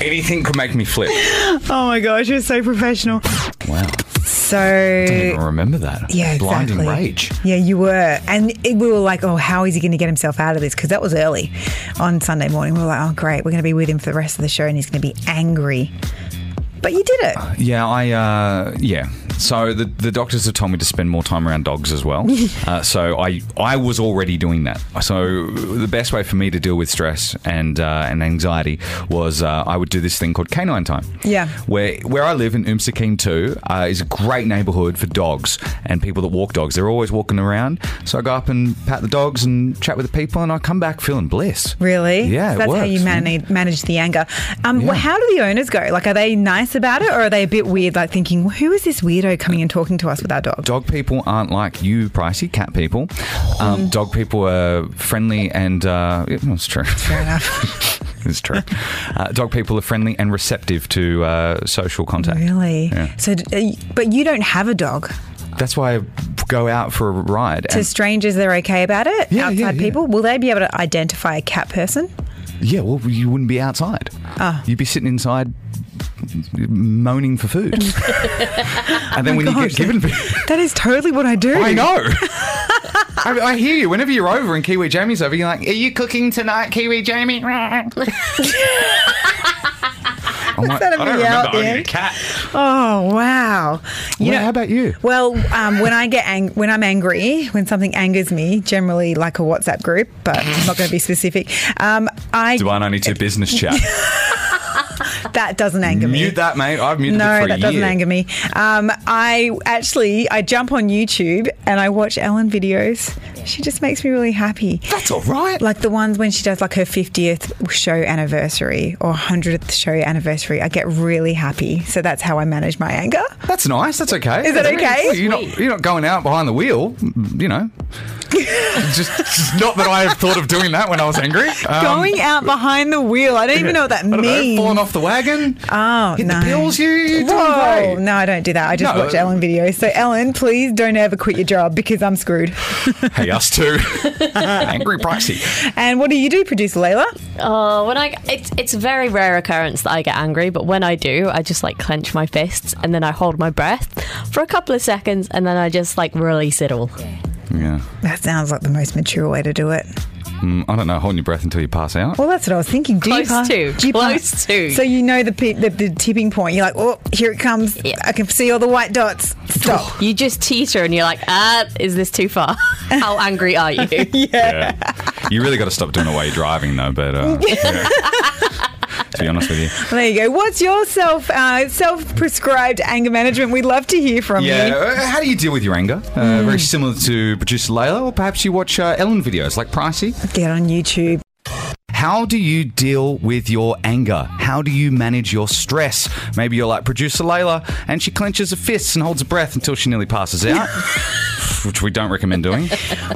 Speaker 3: Anything could make me flip.
Speaker 4: oh my gosh you're so professional
Speaker 3: Wow. I
Speaker 4: so
Speaker 3: don't remember that.
Speaker 4: Uh, yeah, exactly.
Speaker 3: Blinding rage.
Speaker 4: Yeah, you were, and it, we were like, "Oh, how is he going to get himself out of this?" Because that was early on Sunday morning. We were like, "Oh, great, we're going to be with him for the rest of the show, and he's going to be angry." But you did it.
Speaker 3: Yeah, I uh, yeah. So the the doctors have told me to spend more time around dogs as well. uh, so I I was already doing that. So the best way for me to deal with stress and uh, and anxiety was uh, I would do this thing called canine time.
Speaker 4: Yeah.
Speaker 3: Where where I live in Umsakeen too uh, is a great neighbourhood for dogs and people that walk dogs. They're always walking around. So I go up and pat the dogs and chat with the people, and I come back feeling bliss.
Speaker 4: Really?
Speaker 3: Yeah,
Speaker 4: So
Speaker 3: it
Speaker 4: that's how
Speaker 3: works,
Speaker 4: you
Speaker 3: man.
Speaker 4: manage, manage the anger. Um,
Speaker 3: Yeah.
Speaker 4: well, how do the owners go? Like, are they nice about it, or are they a bit weird, like thinking, "Well, "Who is this weirdo coming and talking to us with our dog?"
Speaker 3: dog people aren't like you, pricey cat people.
Speaker 4: Oh.
Speaker 3: Um, dog people are friendly and uh, it- no, it's true.
Speaker 4: Fair enough.
Speaker 3: it's true. Uh, dog people are friendly and receptive to uh, social contact.
Speaker 4: really?
Speaker 3: Yeah.
Speaker 4: So, d- uh, y- but you don't have a dog.
Speaker 3: That's why I go out for a ride.
Speaker 4: To strangers, they're okay about it.
Speaker 3: Yeah,
Speaker 4: outside
Speaker 3: yeah, yeah.
Speaker 4: people, will they be able to identify a cat person?
Speaker 3: And- yeah, well, you wouldn't be outside.
Speaker 4: Ah.
Speaker 3: You'd be sitting inside moaning for food. and then when you
Speaker 4: gosh.
Speaker 3: get given
Speaker 4: That is totally what I do.
Speaker 3: I know. I, I hear you. Whenever you're over and Kiwi Jamie's over, you're like, "Are you cooking tonight, Kiwi Jamie?" I'm like,
Speaker 4: that a
Speaker 3: I don't
Speaker 4: meow at
Speaker 3: remember
Speaker 4: the
Speaker 3: owning a
Speaker 4: end?"
Speaker 3: cat.
Speaker 4: Oh wow! You
Speaker 3: Well, how about you?
Speaker 4: Well, um, when I get ang- when I'm angry, when something angers me, generally like a WhatsApp group, but I'm not going to be specific. Um, I
Speaker 3: Do I only do business chat?
Speaker 4: that doesn't anger me.
Speaker 3: Mute that, mate. I've muted it
Speaker 4: no,
Speaker 3: for
Speaker 4: that
Speaker 3: a
Speaker 4: doesn't
Speaker 3: year.
Speaker 4: anger me. Um, I actually I jump on YouTube and I watch Ellen videos. She just makes me really happy.
Speaker 3: That's all right.
Speaker 4: Like the ones when she does like her 50th show anniversary or 100th show anniversary, I get really happy. So that's how I manage my anger.
Speaker 3: that's nice. That's okay.
Speaker 4: Is that
Speaker 3: That's
Speaker 4: okay?
Speaker 3: Well, You're not, you're not going out behind the wheel, you know. just, just not that I have thought of doing that when I was angry. Um,
Speaker 4: Going out behind the wheel. I don't even know what that
Speaker 3: I don't know,
Speaker 4: means.
Speaker 3: falling off the wagon.
Speaker 4: Oh,
Speaker 3: Hit the
Speaker 4: no.
Speaker 3: pills, you- you're doing
Speaker 4: Whoa.
Speaker 3: great.
Speaker 4: No, I don't do that. I just
Speaker 3: No. uh,
Speaker 4: watch Ellen videos. So, Ellen, please don't ever quit your job because I'm screwed.
Speaker 3: hey, us too. Angry pricey.
Speaker 4: And what do you do, producer Layla?
Speaker 5: Oh, when I it's it's a very rare occurrence that I get angry, but when I do, I just like clench my fists and then I hold my breath for a couple of seconds and then I just like release it all.
Speaker 3: Yeah.
Speaker 4: That sounds like the most mature way to do it.
Speaker 3: Mm, I don't know. Holding your breath until you pass out.
Speaker 4: Well, that's what I was thinking. Do you
Speaker 5: Close
Speaker 4: pass-
Speaker 5: to,
Speaker 4: do you
Speaker 5: close
Speaker 4: pass-
Speaker 5: to.
Speaker 4: So you know the, pe- the the tipping point. You're like, oh, here it comes.
Speaker 5: Yeah.
Speaker 4: I can see all the white dots. Stop.
Speaker 5: You just teeter and you're like, ah, is this too far? How angry are you?
Speaker 3: You really got to stop doing it while you're driving, though. But uh, yeah. to be honest with you.
Speaker 4: There you go. What's your self uh, self prescribed anger management? We'd love to hear from
Speaker 3: Yeah,
Speaker 4: you. Hmm.
Speaker 3: uh, how do you deal with your anger? Uh, Very similar to producer Layla, or perhaps you watch uh, Ellen videos like Pricey.
Speaker 4: Get on YouTube.
Speaker 3: How do you deal with your anger? How do you manage your stress? Maybe you're like producer Layla and she clenches her fists and holds her breath until she nearly passes out, which we don't recommend doing.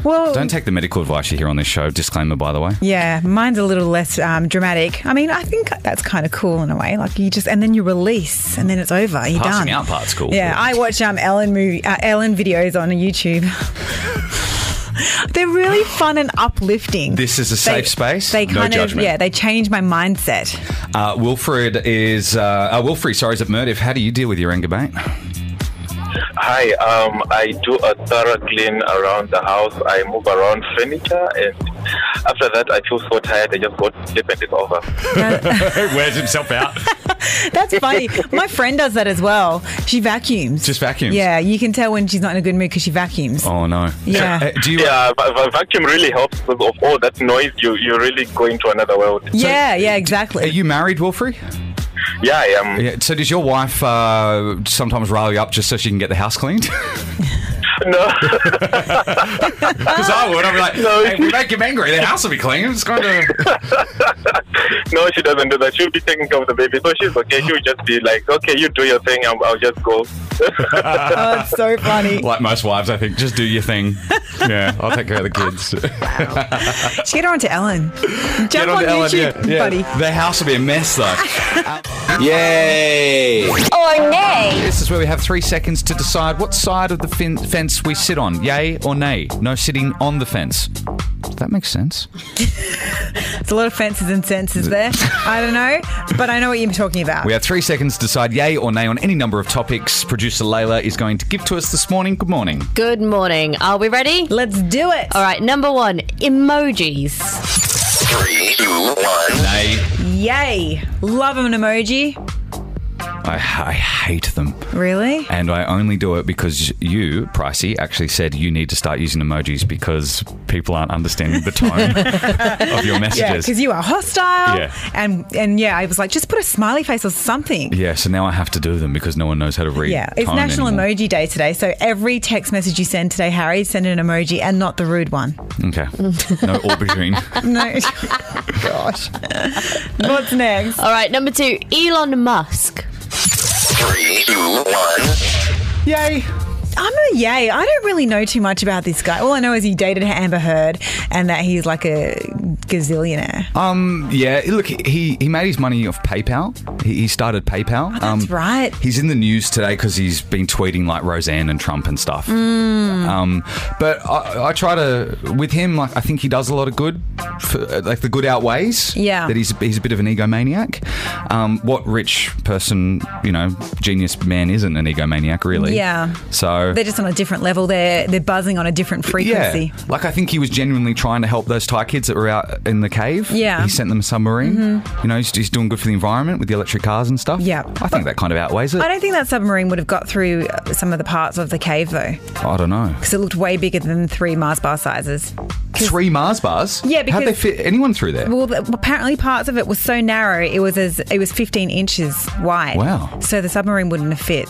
Speaker 4: Well,
Speaker 3: Don't take the medical advice you hear on this show. Disclaimer, by the way.
Speaker 4: yeah, mine's a little less um, dramatic. I mean, I think that's kind of cool in a way. Like you just and then you release and then it's over. You're
Speaker 3: Passing
Speaker 4: done.
Speaker 3: out part's cool.
Speaker 4: Yeah, I watch um, Ellen movie uh, Ellen videos on YouTube. They're really fun and uplifting.
Speaker 3: This is a safe space.
Speaker 4: They
Speaker 3: No
Speaker 4: kind of
Speaker 3: judgment.
Speaker 4: yeah, they change my mindset.
Speaker 3: Uh, Wilfred is uh, uh, Wilfred. Sorry, is at Murdiff. How do you deal with your anger, mate?
Speaker 8: Hi, um, I do a thorough clean around the house. I move around furniture, and after that, I feel so tired. I just go to sleep, and it's over.
Speaker 3: Wears himself out.
Speaker 4: That's funny. my friend does that as well. She vacuums.
Speaker 3: Just vacuums?
Speaker 4: Yeah, you can tell when she's not in a good mood because she vacuums.
Speaker 3: Oh no.
Speaker 4: Yeah.
Speaker 3: Uh, do you?
Speaker 8: Yeah, but, but vacuum really helps. With of all that noise, you you really go into another world.
Speaker 4: yeah, yeah,
Speaker 3: Are
Speaker 4: exactly.
Speaker 3: you married, Wilfred?
Speaker 8: Yeah, I am.
Speaker 3: Yeah. So does your wife uh, sometimes rile you up just so she can get the house cleaned?
Speaker 8: No,
Speaker 3: Because I would. I'd be like,
Speaker 8: No.
Speaker 3: hey, if we make him angry, the house will be clean. It's going to.
Speaker 8: no, she doesn't do that. She'll be taking care of the baby, so she's okay. She'll just be like, okay, you do your thing. i I'll just go.
Speaker 4: oh, it's so funny.
Speaker 3: Like most wives, I think, just do your thing. Yeah, I'll take care of the kids.
Speaker 4: Let's Get her onto Ellen. Jump
Speaker 3: Get
Speaker 4: on,
Speaker 3: to Ellen,
Speaker 4: YouTube,
Speaker 3: yeah, yeah.
Speaker 4: buddy.
Speaker 3: The house will be a mess, though.
Speaker 1: Yay!
Speaker 2: or nay.
Speaker 3: This is where we have three seconds to decide what side of the fin- fence we sit on, yay or nay. No sitting on the fence. Does that make sense?
Speaker 4: It's a lot of fences and senses there. I don't know, but I know what you're talking about.
Speaker 3: We have three seconds to decide yay or nay on any number of topics producer Layla is going to give to us this morning. Good morning.
Speaker 5: Good morning. Are we ready?
Speaker 4: Let's do it.
Speaker 5: All right, number one, emojis.
Speaker 1: Three, two, one.
Speaker 3: Nay.
Speaker 4: Yay. Love an emoji.
Speaker 3: I, I hate them.
Speaker 4: Really?
Speaker 3: And I only do it because you, Pricey, actually said you need to start using emojis because people aren't understanding the tone of your
Speaker 4: Yeah,
Speaker 3: messages.
Speaker 4: because you are hostile.
Speaker 3: Yeah.
Speaker 4: And and yeah, I was like, just put a smiley face or something.
Speaker 3: Yeah, so now I have to do them because no one knows how to read.
Speaker 4: Yeah, it's
Speaker 3: tone
Speaker 4: National
Speaker 3: anymore.
Speaker 4: Emoji Day today, so every text message you send today, Harry, send an emoji and not the rude one.
Speaker 3: Okay. No aubergine.
Speaker 4: No, Oh gosh. What's next?
Speaker 5: All right, number two, Elon Musk.
Speaker 1: Three, two, one.
Speaker 3: Yay.
Speaker 4: I'm a yay. I don't really know too much about this guy. All I know is he dated Amber Heard and that he's like a gazillionaire.
Speaker 3: Um, yeah, look, he, he made his money off PayPal. He, he started PayPal.
Speaker 4: Oh, that's
Speaker 3: um,
Speaker 4: right.
Speaker 3: He's in the news today because he's been tweeting like Roseanne and Trump and stuff.
Speaker 4: Mm.
Speaker 3: Um, but I, I try to, with him, like I think he does a lot of good, for, like the good outweighs.
Speaker 4: Yeah.
Speaker 3: That he's, he's a bit of an egomaniac. Um, what rich person, you know, genius man isn't an egomaniac, really?
Speaker 4: Yeah.
Speaker 3: So.
Speaker 4: They're just on a different level. They're they're buzzing on a different frequency.
Speaker 3: Yeah, like I think he was genuinely trying to help those Thai kids that were out in the cave.
Speaker 4: Yeah. Mm-hmm.
Speaker 3: he sent them a submarine. You know, he's, he's doing good for the environment with the electric cars and stuff.
Speaker 4: Yeah.
Speaker 3: I think that kind of outweighs it.
Speaker 4: I don't think that submarine would have got through uh, some of the parts of the cave though,
Speaker 3: I don't know.
Speaker 4: because it looked way bigger than three Mars bar sizes.
Speaker 3: Three Mars bars.
Speaker 4: Yeah,
Speaker 3: how'd they
Speaker 4: because-
Speaker 3: fit anyone through there?
Speaker 4: Well, th- apparently parts of it was so narrow it was as it was 15 inches wide.
Speaker 3: Wow.
Speaker 4: So the submarine wouldn't have fit.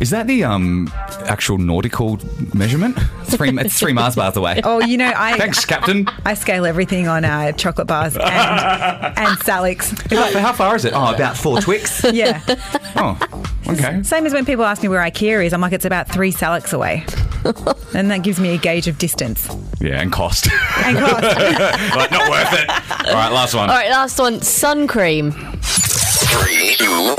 Speaker 3: Is that the um actual nautical measurement? Three, it's three Mars bars away.
Speaker 4: Oh, you know, I
Speaker 3: Thanks, Captain.
Speaker 4: I scale everything on uh, chocolate bars and and Salix.
Speaker 3: How, how far is it? Oh, about four Twix.
Speaker 4: Yeah.
Speaker 3: Oh, okay.
Speaker 4: Same as when people ask me where IKEA is, I'm like, it's about three Salix away. and that gives me a gauge of distance.
Speaker 3: Yeah, and cost.
Speaker 4: And cost.
Speaker 3: like, not worth it. All right, last one.
Speaker 5: All right, last one, sun cream.
Speaker 1: Three, two, one.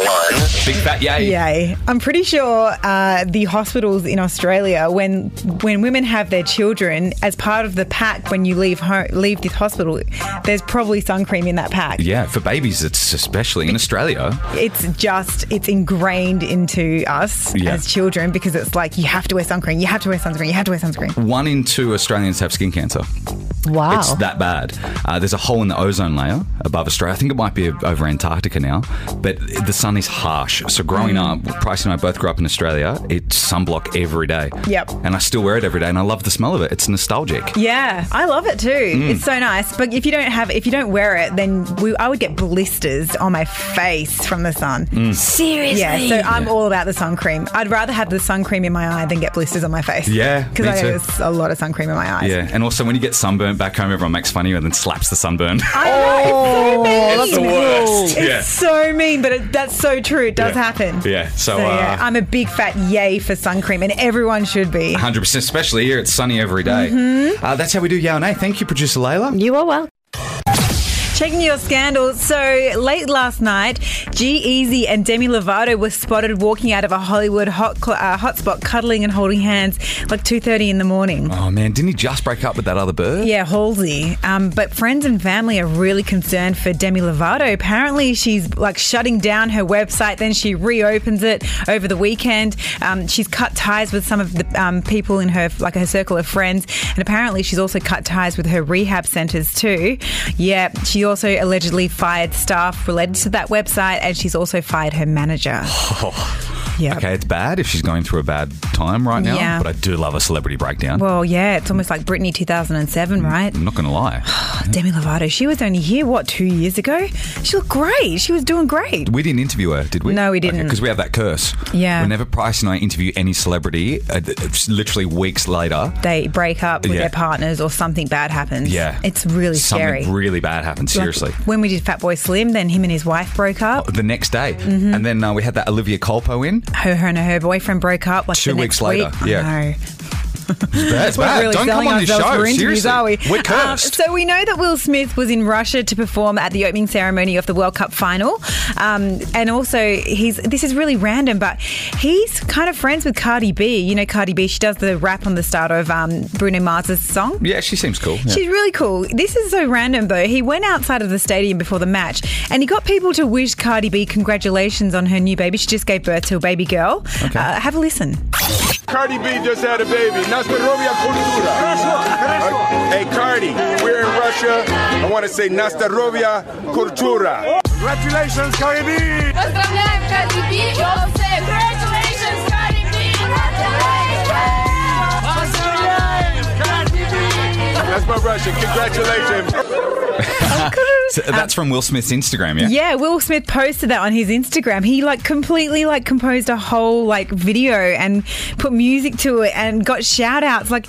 Speaker 3: Big fat yay.
Speaker 4: Yay. I'm pretty sure uh, the hospitals in Australia, when when women have their children, as part of the pack when you leave home, leave this hospital, there's probably sun cream in that pack.
Speaker 3: Yeah, for babies, it's especially in Australia.
Speaker 4: It's just, it's ingrained into us
Speaker 3: Yeah.
Speaker 4: as children because it's like, you have to wear sunscreen, you have to wear sunscreen, you have to wear sunscreen.
Speaker 3: One in two Australians have skin cancer.
Speaker 5: Wow.
Speaker 3: It's that bad. Uh, there's a hole in the ozone layer above Australia. I think it might be over Antarctica now, but the sun is harsh. So growing
Speaker 4: Mm.
Speaker 3: up, Price and I both grew up in Australia. It's sunblock every day.
Speaker 4: Yep.
Speaker 3: And I still wear it every day, and I love the smell of it. It's nostalgic.
Speaker 4: Yeah, I love it too.
Speaker 3: Mm.
Speaker 4: It's so nice. But if you don't have, if you don't wear it, then we, I would get blisters on my face from the sun.
Speaker 3: Mm.
Speaker 2: Seriously.
Speaker 4: Yeah, so I'm all about the sun cream. I'd rather have the sun cream in my eye than get blisters on my face.
Speaker 3: Yeah, me
Speaker 4: because
Speaker 3: too.
Speaker 4: there's a lot of sun cream in my eyes.
Speaker 3: Yeah, and also when you get sunburnt back home, everyone makes fun of you and then slaps the sunburn.
Speaker 4: I know, it's so mean.
Speaker 3: Oh, worst.
Speaker 4: It's
Speaker 3: Yeah.
Speaker 4: so mean, but it, that's so true. It does
Speaker 3: Yeah.
Speaker 4: happen.
Speaker 3: Yeah, so, uh,
Speaker 4: I'm a big fat yay for sun cream, and everyone should be.
Speaker 3: 100%, especially here. It's sunny every day.
Speaker 4: Mm-hmm.
Speaker 3: Uh, that's how we do Yao and A. Thank you, producer Layla.
Speaker 5: you are well.
Speaker 4: Checking your scandals. So late last night, G Easy and Demi Lovato were spotted walking out of a Hollywood hot cl- uh, hotspot, cuddling and holding hands, like 2:30 in the morning.
Speaker 3: Oh, man, didn't he just break up with that other bird?
Speaker 4: Yeah, Halsey. Um, but friends and family are really concerned for Demi Lovato. Apparently, she's like shutting down her website. Then she reopens it over the weekend. Um, she's cut ties with some of the um, people in her like her circle of friends, and apparently she's also cut ties with her rehab centres too. Yeah, she also allegedly fired staff related to that website, and she's also fired her manager. Yeah.
Speaker 3: Okay, it's bad if she's going through a bad time right now,
Speaker 4: Yeah.
Speaker 3: but I do love a celebrity breakdown.
Speaker 4: Well, yeah, it's almost like Britney 2007, right?
Speaker 3: I'm not going to lie.
Speaker 4: Demi Lovato, she was only here, what, two years ago? She looked great. She was doing great.
Speaker 3: We didn't interview her, did we?
Speaker 4: No, we didn't.
Speaker 3: Because we have that curse.
Speaker 4: Yeah.
Speaker 3: Whenever Price and I interview any celebrity, uh, th- it's literally weeks later,
Speaker 4: They break up with
Speaker 3: Yeah.
Speaker 4: their partners or something bad happens.
Speaker 3: yeah,
Speaker 4: It's really
Speaker 3: something
Speaker 4: scary.
Speaker 3: really bad happened.
Speaker 4: Like,
Speaker 3: Seriously.
Speaker 4: when we did Fat Boy Slim, then him and his wife broke up.
Speaker 3: the next day,
Speaker 4: Mm-hmm.
Speaker 3: and then uh, we had that Olivia Colpo in.
Speaker 4: Her, her and her boyfriend broke up like
Speaker 3: Two
Speaker 4: the
Speaker 3: weeks
Speaker 4: next week.
Speaker 3: later, yeah.
Speaker 4: I know.
Speaker 3: That's
Speaker 4: We're
Speaker 3: bad.
Speaker 4: really
Speaker 3: Don't
Speaker 4: selling
Speaker 3: come on this
Speaker 4: ourselves
Speaker 3: show.
Speaker 4: for interviews,
Speaker 3: Seriously,
Speaker 4: are we?
Speaker 3: We're
Speaker 4: Um,
Speaker 3: cursed.
Speaker 4: so we know that Will Smith was in Russia to perform at the opening ceremony of the World Cup final, um, and also he's. This is really random, but he's kind of friends with Cardi B. You know, Cardi B. She does the rap on the start of um, Bruno Mars's song.
Speaker 3: yeah, she seems cool. Yeah.
Speaker 4: She's really cool. This is so random though. He went outside of the stadium before the match and he got people to wish Cardi B congratulations on her new baby. She just gave birth to a baby girl. Uh, have a listen.
Speaker 9: Cardi B just had a baby. Nas Perovia Kultura. Hey, Cardi, we're in Russia. I want to say Nastarovia Kultura. Congratulations, Cardi B!
Speaker 10: Поздравляем, Cardi B. You're safe. Congratulations, Cardi B.
Speaker 9: That's my Russian. Congratulations.
Speaker 3: Ah, So that's from Will Smith's Instagram, yeah?
Speaker 4: Yeah, Will Smith posted that on his Instagram. He like completely like composed a whole like video and put music to it and got shout outs. Like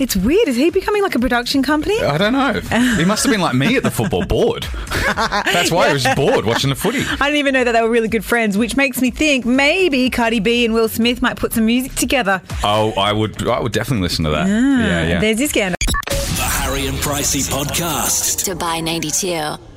Speaker 4: it's weird. Is he becoming like a production company?
Speaker 3: I don't know. He must have been like me at the football, bored. That's why he was just bored watching the footy.
Speaker 4: I didn't even know that they were really good friends, which makes me think maybe Cardi B and Will Smith might put some music together.
Speaker 3: Oh, I would, I would definitely listen to that.
Speaker 4: Ah,
Speaker 3: Yeah, yeah.
Speaker 4: There's this scandal.
Speaker 11: The Harry and Pricey Podcast.
Speaker 2: Dubai 92.